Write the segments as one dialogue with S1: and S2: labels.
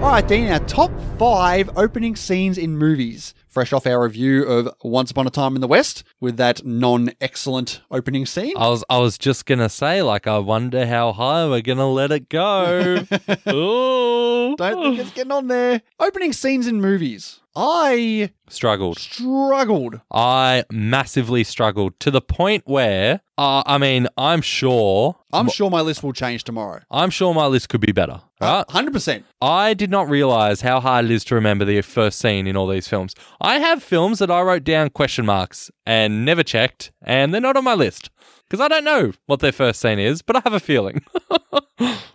S1: right, Dean, our top five opening scenes in movies. Fresh off our review of Once Upon a Time in the West with that non excellent opening scene.
S2: I was I was just gonna say, like, I wonder how high we're gonna let it go. Ooh.
S1: Don't think it's getting on there. Opening scenes in movies. I
S2: struggled.
S1: struggled.
S2: I massively struggled to the point where, uh, I mean, I'm sure,
S1: I'm sure my list will change tomorrow. Uh,
S2: I'm sure my list could be better. Right?
S1: 100%.
S2: I did not realize how hard it is to remember the first scene in all these films. I have films that I wrote down question marks and never checked, and they're not on my list because I don't know what their first scene is, but I have a feeling.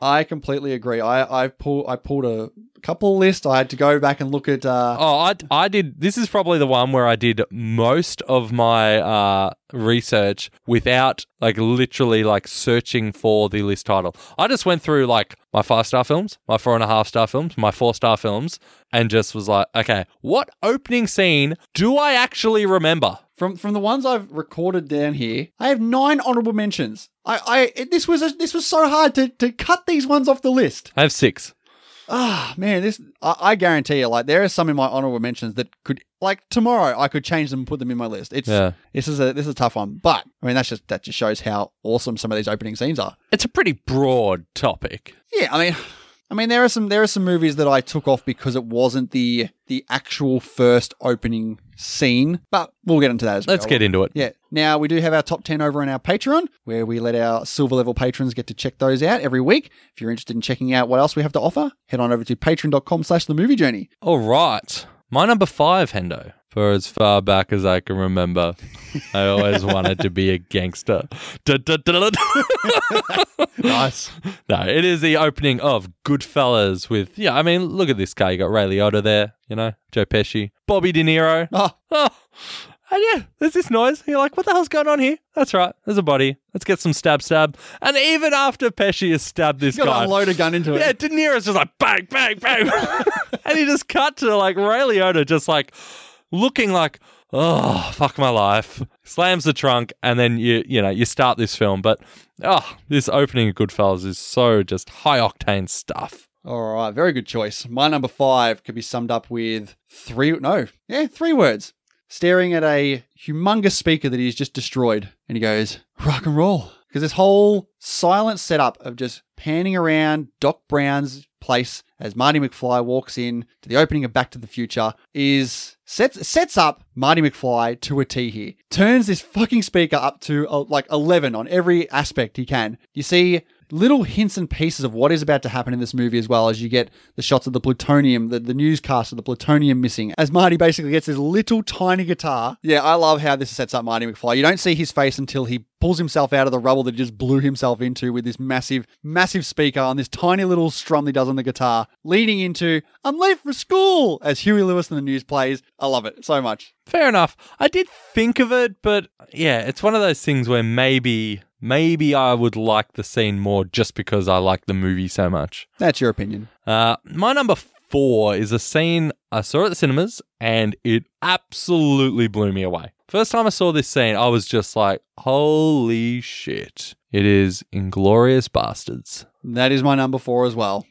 S1: I completely agree. I, I, pull, I pulled a couple list. I had to go back and look at. Uh,
S2: Oh, I, I did. This is probably the one where I did most of my uh, research without like literally like searching for the list title. I just went through like my five star films, my four and a half star films, my four star films, and just was like, okay, what opening scene do I actually remember?
S1: From from the ones I've recorded down here, I have nine honorable mentions. I, I it- this was a, this was so hard to, to cut these ones off the list.
S2: I have six.
S1: Ah man, this I, I guarantee you, like there are some in my honorable mentions that could like tomorrow I could change them and put them in my list. It's
S2: Yeah.
S1: this is a this is a tough one, but I mean that's just that just shows how awesome some of these opening scenes are.
S2: It's a pretty broad topic.
S1: Yeah, I mean, I mean, there are some there are some movies that I took off because it wasn't the the actual first opening scene, but we'll get into that as well.
S2: Let's get into it.
S1: Yeah. Now we do have our top ten over on our Patreon, where we let our silver level patrons get to check those out every week. If you're interested in checking out what else we have to offer, head on over to patreon.com slash the movie journey.
S2: All Oh, right. My number five, Hendo. For as far back as I can remember, I always wanted to be a gangster. Da, da, da, da, da.
S1: Nice.
S2: no, it is the opening of Goodfellas with, yeah, I mean, look at this guy. You got Ray Liotta there, you know, Joe Pesci, Bobby De Niro.
S1: oh,
S2: Oh, and yeah, there's this noise. You're like, what the hell's going on here? That's right. There's a body. Let's get some stab, stab. And even after Pesci has stabbed this
S1: you gotta
S2: guy,
S1: unload a gun into it.
S2: yeah, De Niro's just like bang, bang, bang, and he just cut to like Ray Liotta just like looking like oh fuck my life, slams the trunk, and then you you know you start this film. But oh, this opening of Goodfellas is so just high octane stuff.
S1: All right, very good choice. My number five could be summed up with three, no, yeah, three words. Staring at a humongous speaker that he's just destroyed, and he goes, rock and roll. Because this whole silent setup of just panning around Doc Brown's place as Marty McFly walks in to the opening of Back to the Future is sets sets up Marty McFly to a T here. Turns this fucking speaker up to uh, like 11 on every aspect he can. You see little hints and pieces of what is about to happen in this movie as well as you get the shots of the plutonium the, the newscast of the plutonium missing as marty basically gets his little tiny guitar yeah i love how this sets up marty mcfly you don't see his face until he pulls himself out of the rubble that he just blew himself into with this massive massive speaker on this tiny little strum that he does on the guitar leading into i'm late for school as huey lewis and the news plays i love it so much
S2: Fair enough. I did think of it, but yeah, it's one of those things where maybe maybe I would like the scene more just because I like the movie so much.
S1: that's your opinion
S2: Uh, my number four is a scene I saw at the cinemas and it absolutely blew me away. First time I saw this scene, I was just like, holy shit. It is Inglorious Bastards.
S1: that is my number four as well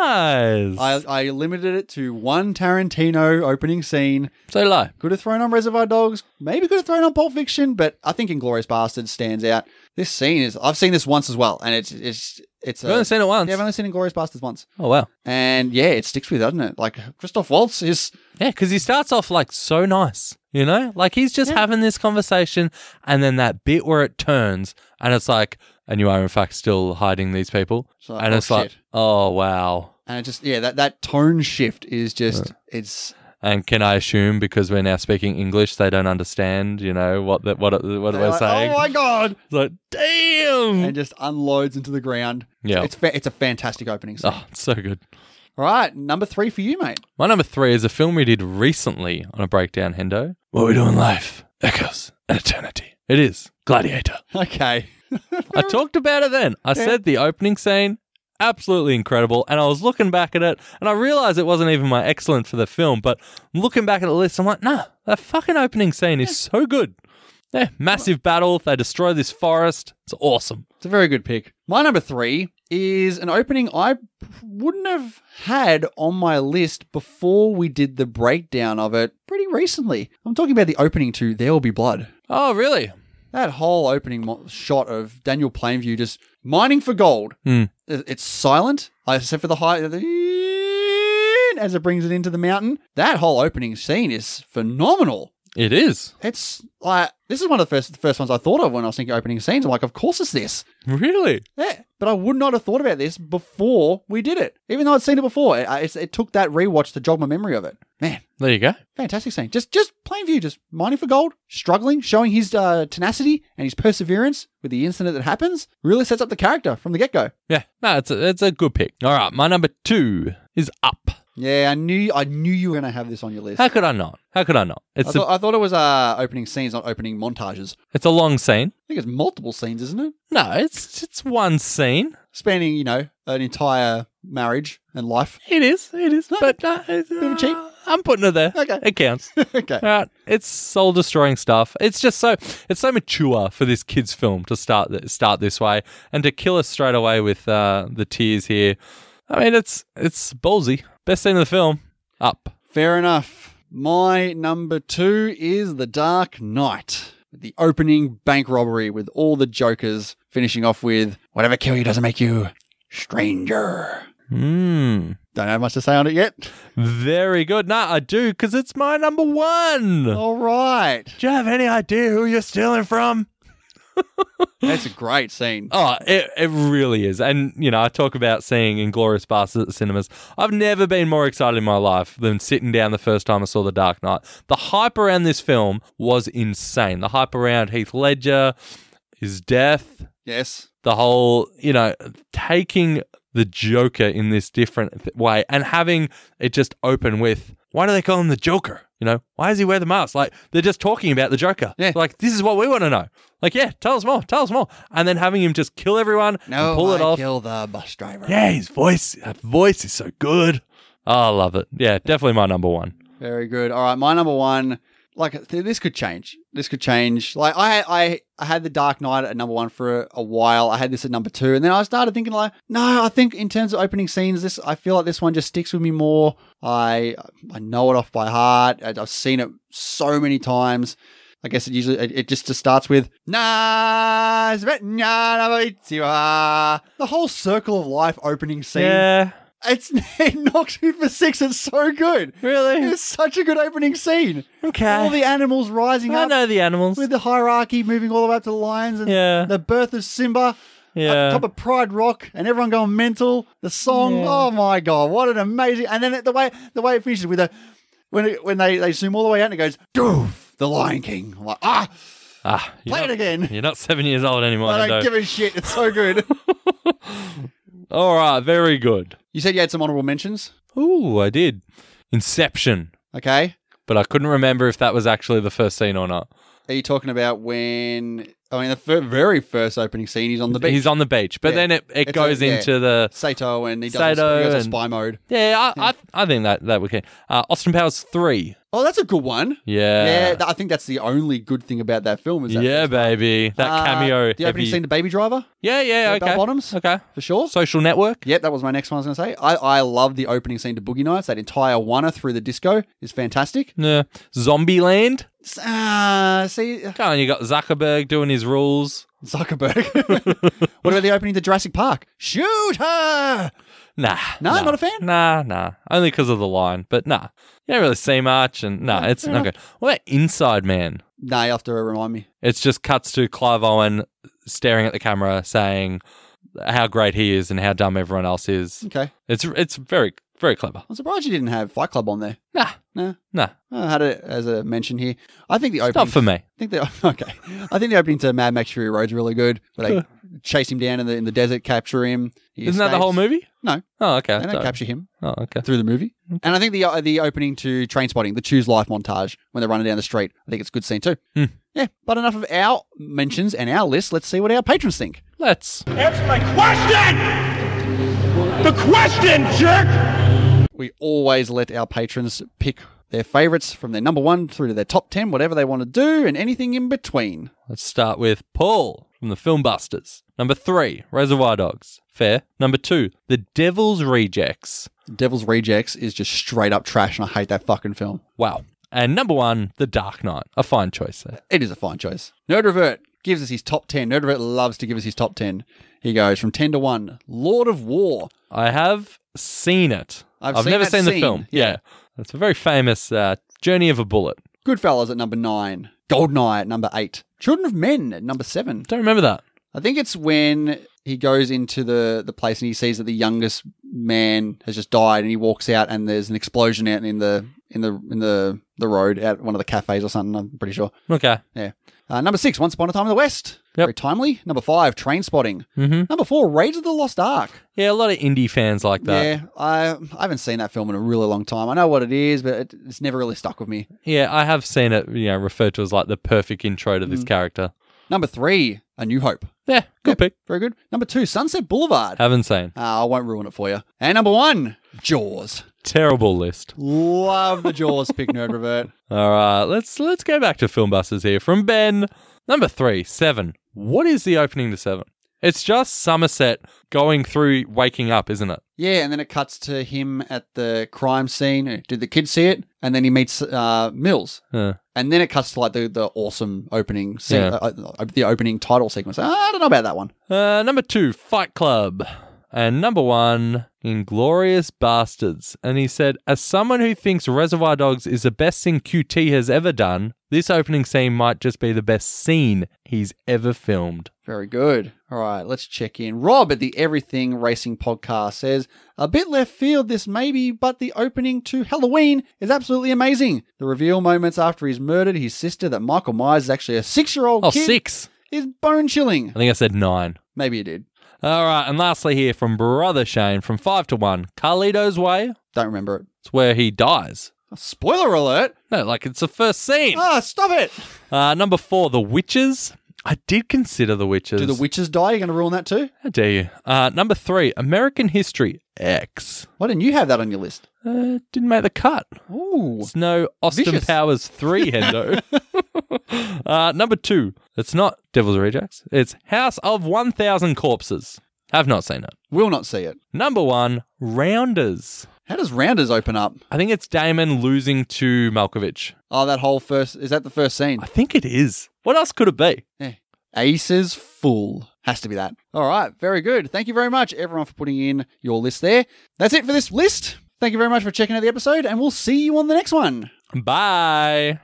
S2: Nice.
S1: I, I limited it to one tarantino opening scene
S2: so low.
S1: Could have thrown on Reservoir Dogs, maybe could have thrown on Pulp Fiction, but I think Inglorious Bastards stands out. This scene is I've seen this once as well, and it's it's it's
S2: I've only seen it once.
S1: yeah, I've only seen Inglorious Bastards once,
S2: oh, wow.
S1: and yeah, it sticks with, doesn't it? Like Christoph Waltz is
S2: Yeah, because he starts off like so nice, you know? Like he's just having this conversation and then that bit where it turns and it's like, and you are in fact still hiding these people.
S1: It's like,
S2: and
S1: oh,
S2: it's like,
S1: shit.
S2: oh, wow.
S1: and it just yeah that that tone shift is just it's
S2: And can I assume because we're now speaking English, they don't understand, you know, what the, what what we're
S1: like,
S2: saying?
S1: oh my god,
S2: It's like, damn.
S1: and just unloads into the ground.
S2: Yeah.
S1: it's fa- it's a fantastic opening scene.
S2: oh, it's so good.
S1: All right, number three for you, mate.
S2: My number three is a film we did recently on a breakdown, Hendo. What we do in life echoes an eternity. It is Gladiator.
S1: Okay,
S2: I talked about it then. I said the opening scene, absolutely incredible. And I was looking back at it and I realized it wasn't even my excellent for the film, but looking back at the list, I'm like, nah, that fucking opening scene is so good. Yeah, massive battle. They destroy this forest. It's awesome.
S1: It's a very good pick. My number three is an opening I wouldn't have had on my list before we did the breakdown of it pretty recently. I'm talking about the opening to There Will Be Blood.
S2: Oh, really?
S1: That whole opening mo- shot of Daniel Plainview just mining for gold.
S2: Hmm.
S1: It- It's silent, uh, except for the high the- as it brings it into the mountain. That whole opening scene is phenomenal.
S2: It is.
S1: It's like this is one of the first first ones I thought of when I was thinking opening scenes. I'm like, of course it's this.
S2: Really?
S1: Yeah, but I would not have thought about this before we did it, even though I'd seen it before. It, I- it's- it took that rewatch to jog my memory of it. Man,
S2: There you go.
S1: fantastic scene. Just, just plain view, just mining for gold, struggling, showing his uh, tenacity and his perseverance with the incident that happens. Really sets up the character from the get go.
S2: Yeah. No, it's a, it's a good pick. All right. My number two is Up.
S1: Yeah, I knew, I knew you were going to have this on your list.
S2: How could I not? How could I not?
S1: I,
S2: It's a,
S1: thought, I thought it was uh, opening scenes, not opening montages.
S2: it's a long scene.
S1: I think it's multiple scenes, isn't it?
S2: No, it's it's one scene.
S1: Spanning, you know, an entire marriage and life.
S2: It is. It is. But no, it's,
S1: bit of a cheat.
S2: uh, I'm putting it there.
S1: Okay.
S2: It counts.
S1: okay.
S2: Uh, it's soul destroying stuff. It's just so it's so mature for this kids film to start th- start this way and to kill us straight away with uh, the tears here. I mean, it's it's ballsy. Best scene of the film. Up.
S1: Fair enough. My number two is The Dark Knight. The opening bank robbery with all the jokers finishing off with whatever kill you doesn't make you stranger.
S2: Hmm.
S1: Don't have much to say on it yet.
S2: Very good. Nah, I do because it's my number one.
S1: All right.
S2: Do you have any idea who you're stealing from?
S1: That's a great scene.
S2: Oh, it, it really is. And, you know, I talk about seeing Inglorious Bastards at the cinemas. I've never been more excited in my life than sitting down the first time I saw The Dark Knight. The hype around this film was insane. The hype around Heath Ledger, his death,
S1: Yes.
S2: the whole, you know, taking the Joker in this different th- way and having it just open with, why do they call him the Joker? You know, why does he wear the mask? Like, they're just talking about the Joker.
S1: Yeah.
S2: Like, this is what we want to know. Like, yeah, tell us more, tell us more. And then having him just kill everyone
S1: No,
S2: and pull it
S1: I
S2: off.
S1: kill the bus driver.
S2: yeah, his voice, that voice is so good. Oh, I love it. Yeah, definitely my number one.
S1: Very good. All right, my number one. Like th- this could change. This could change. Like I, I, I had the Dark Knight at number one for a, a while. I had this at number two, and then I started thinking like, no, I think in terms of opening scenes, this I feel like this one just sticks with me more. I, I know it off by heart. I, I've seen it so many times. I guess it usually it, it just, just starts with nah, the whole circle of life opening scene.
S2: Yeah,
S1: It's it knocks me for six. It's so good.
S2: really?
S1: It's such a good opening scene. All
S2: Okay.
S1: the animals rising
S2: I
S1: up
S2: know the animals.
S1: with the hierarchy moving all the way up to the lions and
S2: Yeah.
S1: the birth of Simba
S2: Yeah.
S1: on top of Pride Rock and everyone going mental. The song, oh my god, what an amazing! And then the way the way it finishes with a when it, when they they zoom all the way out and it goes doof the Lion King. I'm like ah,
S2: Ah, you're
S1: play it
S2: not,
S1: again.
S2: you're not seven years old anymore.
S1: I
S2: Hendo.
S1: don't give a shit. It's so good.
S2: All right, very good.
S1: you said you had some honorable mentions.
S2: Ooh, I did. Inception.
S1: Okay,
S2: But I couldn't remember if that was actually the first scene or not.
S1: are you talking about when? I mean, the fir- very first opening scene, he's on the beach.
S2: He's on the beach, but
S1: Yeah.
S2: then it,
S1: It's
S2: it
S1: a-
S2: goes
S1: yeah.
S2: into the.
S1: Sato and he does,
S2: Sato
S1: he goes
S2: and-
S1: to spy mode.
S2: Yeah, I, I, I think that, that we can. Uh, Austin Powers 3.
S1: Oh, that's a good one.
S2: Yeah.
S1: yeah, th- I think that's the only good thing about that film. Is that
S2: Yeah, baby. That
S1: Uh,
S2: cameo.
S1: The opening
S2: heavy-
S1: scene to Baby Driver,
S2: Yeah, yeah,
S1: Bell
S2: okay.
S1: Bottoms,
S2: Okay.
S1: for sure.
S2: Social network.
S1: Yep, that was my next one I was going to say. I, I love the opening scene to Boogie Nights. That entire one through the disco is fantastic.
S2: Yeah. Zombieland.
S1: S- Uh, see, uh,
S2: Come on, you got Zuckerberg doing his rules.
S1: Zuckerberg. what about the opening to Jurassic Park? Shoot her!
S2: Nah.
S1: No,
S2: nah.
S1: not a fan?
S2: Nah, nah. Only because of the line, but nah. You don't really see much, and nah, it's
S1: fair
S2: not good. What about Inside Man?
S1: Nah, you have to remind me.
S2: It's just cuts to Clive Owen staring at the camera, saying how great he is and how dumb everyone else is.
S1: Okay.
S2: It's it's very very clever.
S1: I'm surprised you didn't have Fight Club on there.
S2: Nah,
S1: Nah.
S2: nah,
S1: I had it as a mention here. I think the opening
S2: not for me.
S1: I think the okay. I think the opening to Mad Max Fury Road's really good, where they
S2: Yeah.
S1: chase him down in the in the desert, capture him. He
S2: Isn't that the
S1: escapes.
S2: whole movie?
S1: No.
S2: Oh, okay.
S1: They
S2: Sorry.
S1: don't capture him
S2: oh, okay.
S1: through the movie. And I think the uh, the opening to Train Spotting, the Choose Life montage when they're running down the street, I think it's a good scene too.
S2: Hmm.
S1: Yeah, but enough of our mentions and our list. Let's see what our patrons think.
S2: Let's.
S3: Answer my question! The question, jerk!
S1: We always let our patrons pick their favorites from their number one through to their top ten, whatever they want to do, and anything in between.
S2: Let's start with Paul. from the film Busters. Number three, Reservoir Dogs. Fair. Number two, The Devil's Rejects.
S1: Devil's Rejects is just straight up trash, and I hate that fucking film.
S2: Wow. And number one, The Dark Knight. A fine choice there.
S1: It is a fine choice. Nerd Revert gives us his top 10. Nerd Revert loves to give us his top 10. He goes from 10 to 1. Lord of War.
S2: I have seen it.
S1: I've
S2: I've,
S1: seen
S2: never
S1: that
S2: seen the
S1: scene,
S2: film.
S1: yeah.
S2: Yeah. It's a very famous uh, Journey of a Bullet.
S1: Goodfellas at number 9. Goldeneye at number 8. Children of Men at number 7.
S2: Don't remember that.
S1: I think it's when he goes into the, the place and he sees that the youngest man has just died and he walks out and there's an explosion out in the in the in the the road at one of the cafes or something, I'm pretty sure.
S2: Okay.
S1: Uh, number six, Once Upon a Time in the West.
S2: Yep.
S1: Very timely. Number five, Train Spotting.
S2: Mm-hmm.
S1: Number four, Raids of the Lost Ark.
S2: Yeah, a lot of indie fans like that.
S1: Yeah, I, I haven't seen that film in a really long time. I know what it is, but it, it's never really stuck with me.
S2: Yeah, I have seen it, you know, referred to as like the perfect intro to
S1: Mm.
S2: this character.
S1: Number three, A New Hope.
S2: Yeah, good pick.
S1: Very good. Number two, Sunset Boulevard.
S2: Haven't seen.
S1: Ah, I won't ruin it for you. And number one, Jaws.
S2: Terrible list.
S1: Love the Jaws pick, Nerd Revert.
S2: All right, let's let's go back to film busters here from Ben. Number three, seven. What is the opening to seven? It's just Somerset going through waking up, isn't it?
S1: Yeah, and then it cuts to him at the crime scene. Did the kids see it? And then he meets uh, Mills.
S2: Yeah.
S1: And then it cuts to like the, the awesome opening, se-
S2: Yeah.
S1: uh, uh, the opening title sequence. I don't know about that one.
S2: Uh, number two, Fight Club. And number one, Inglorious Bastards. And he said, As someone who thinks Reservoir Dogs is the best thing QT has ever done, this opening scene might just be the best scene he's ever filmed.
S1: Very good. All right, let's check in. Rob at the Everything Racing Podcast says, A bit left field this maybe, but the opening to Halloween is absolutely amazing. The reveal moments after he's murdered his sister that Michael Myers is actually a six year old
S2: Oh,
S1: kid
S2: six.
S1: is bone chilling.
S2: I think I said nine.
S1: Maybe he did.
S2: All right. And lastly, here from Brother Shane from five to one, Carlito's Way.
S1: Don't remember it. Oh,
S2: It's where he dies.
S1: Spoiler alert.
S2: No, like it's the first scene.
S1: Ah, stop it.
S2: Uh, number four, The Witches. I did consider The Witches.
S1: Do the witches die? You're going to ruin that too?
S2: How dare you? Uh, number three, American History X.
S1: Why didn't you have that on your list?
S2: Uh, didn't make the cut.
S1: Ooh.
S2: It's no Austin
S1: Vicious.
S2: Powers 3, Hendo. uh, number two, it's not Devil's Rejects. It's House of 1000 Corpses. Have not seen it.
S1: Will not see it.
S2: Number one, Rounders.
S1: How does Rounders open up?
S2: I think it's Damon losing to Malkovich.
S1: Oh, that whole first. Is that the first scene?
S2: I think it is. What else could it be?
S1: Aces full. Has to be that. All right, very good. Thank you very much, everyone, for putting in your list there. That's it for this list. Thank you very much for checking out the episode, and we'll see you on the next one.
S2: Bye.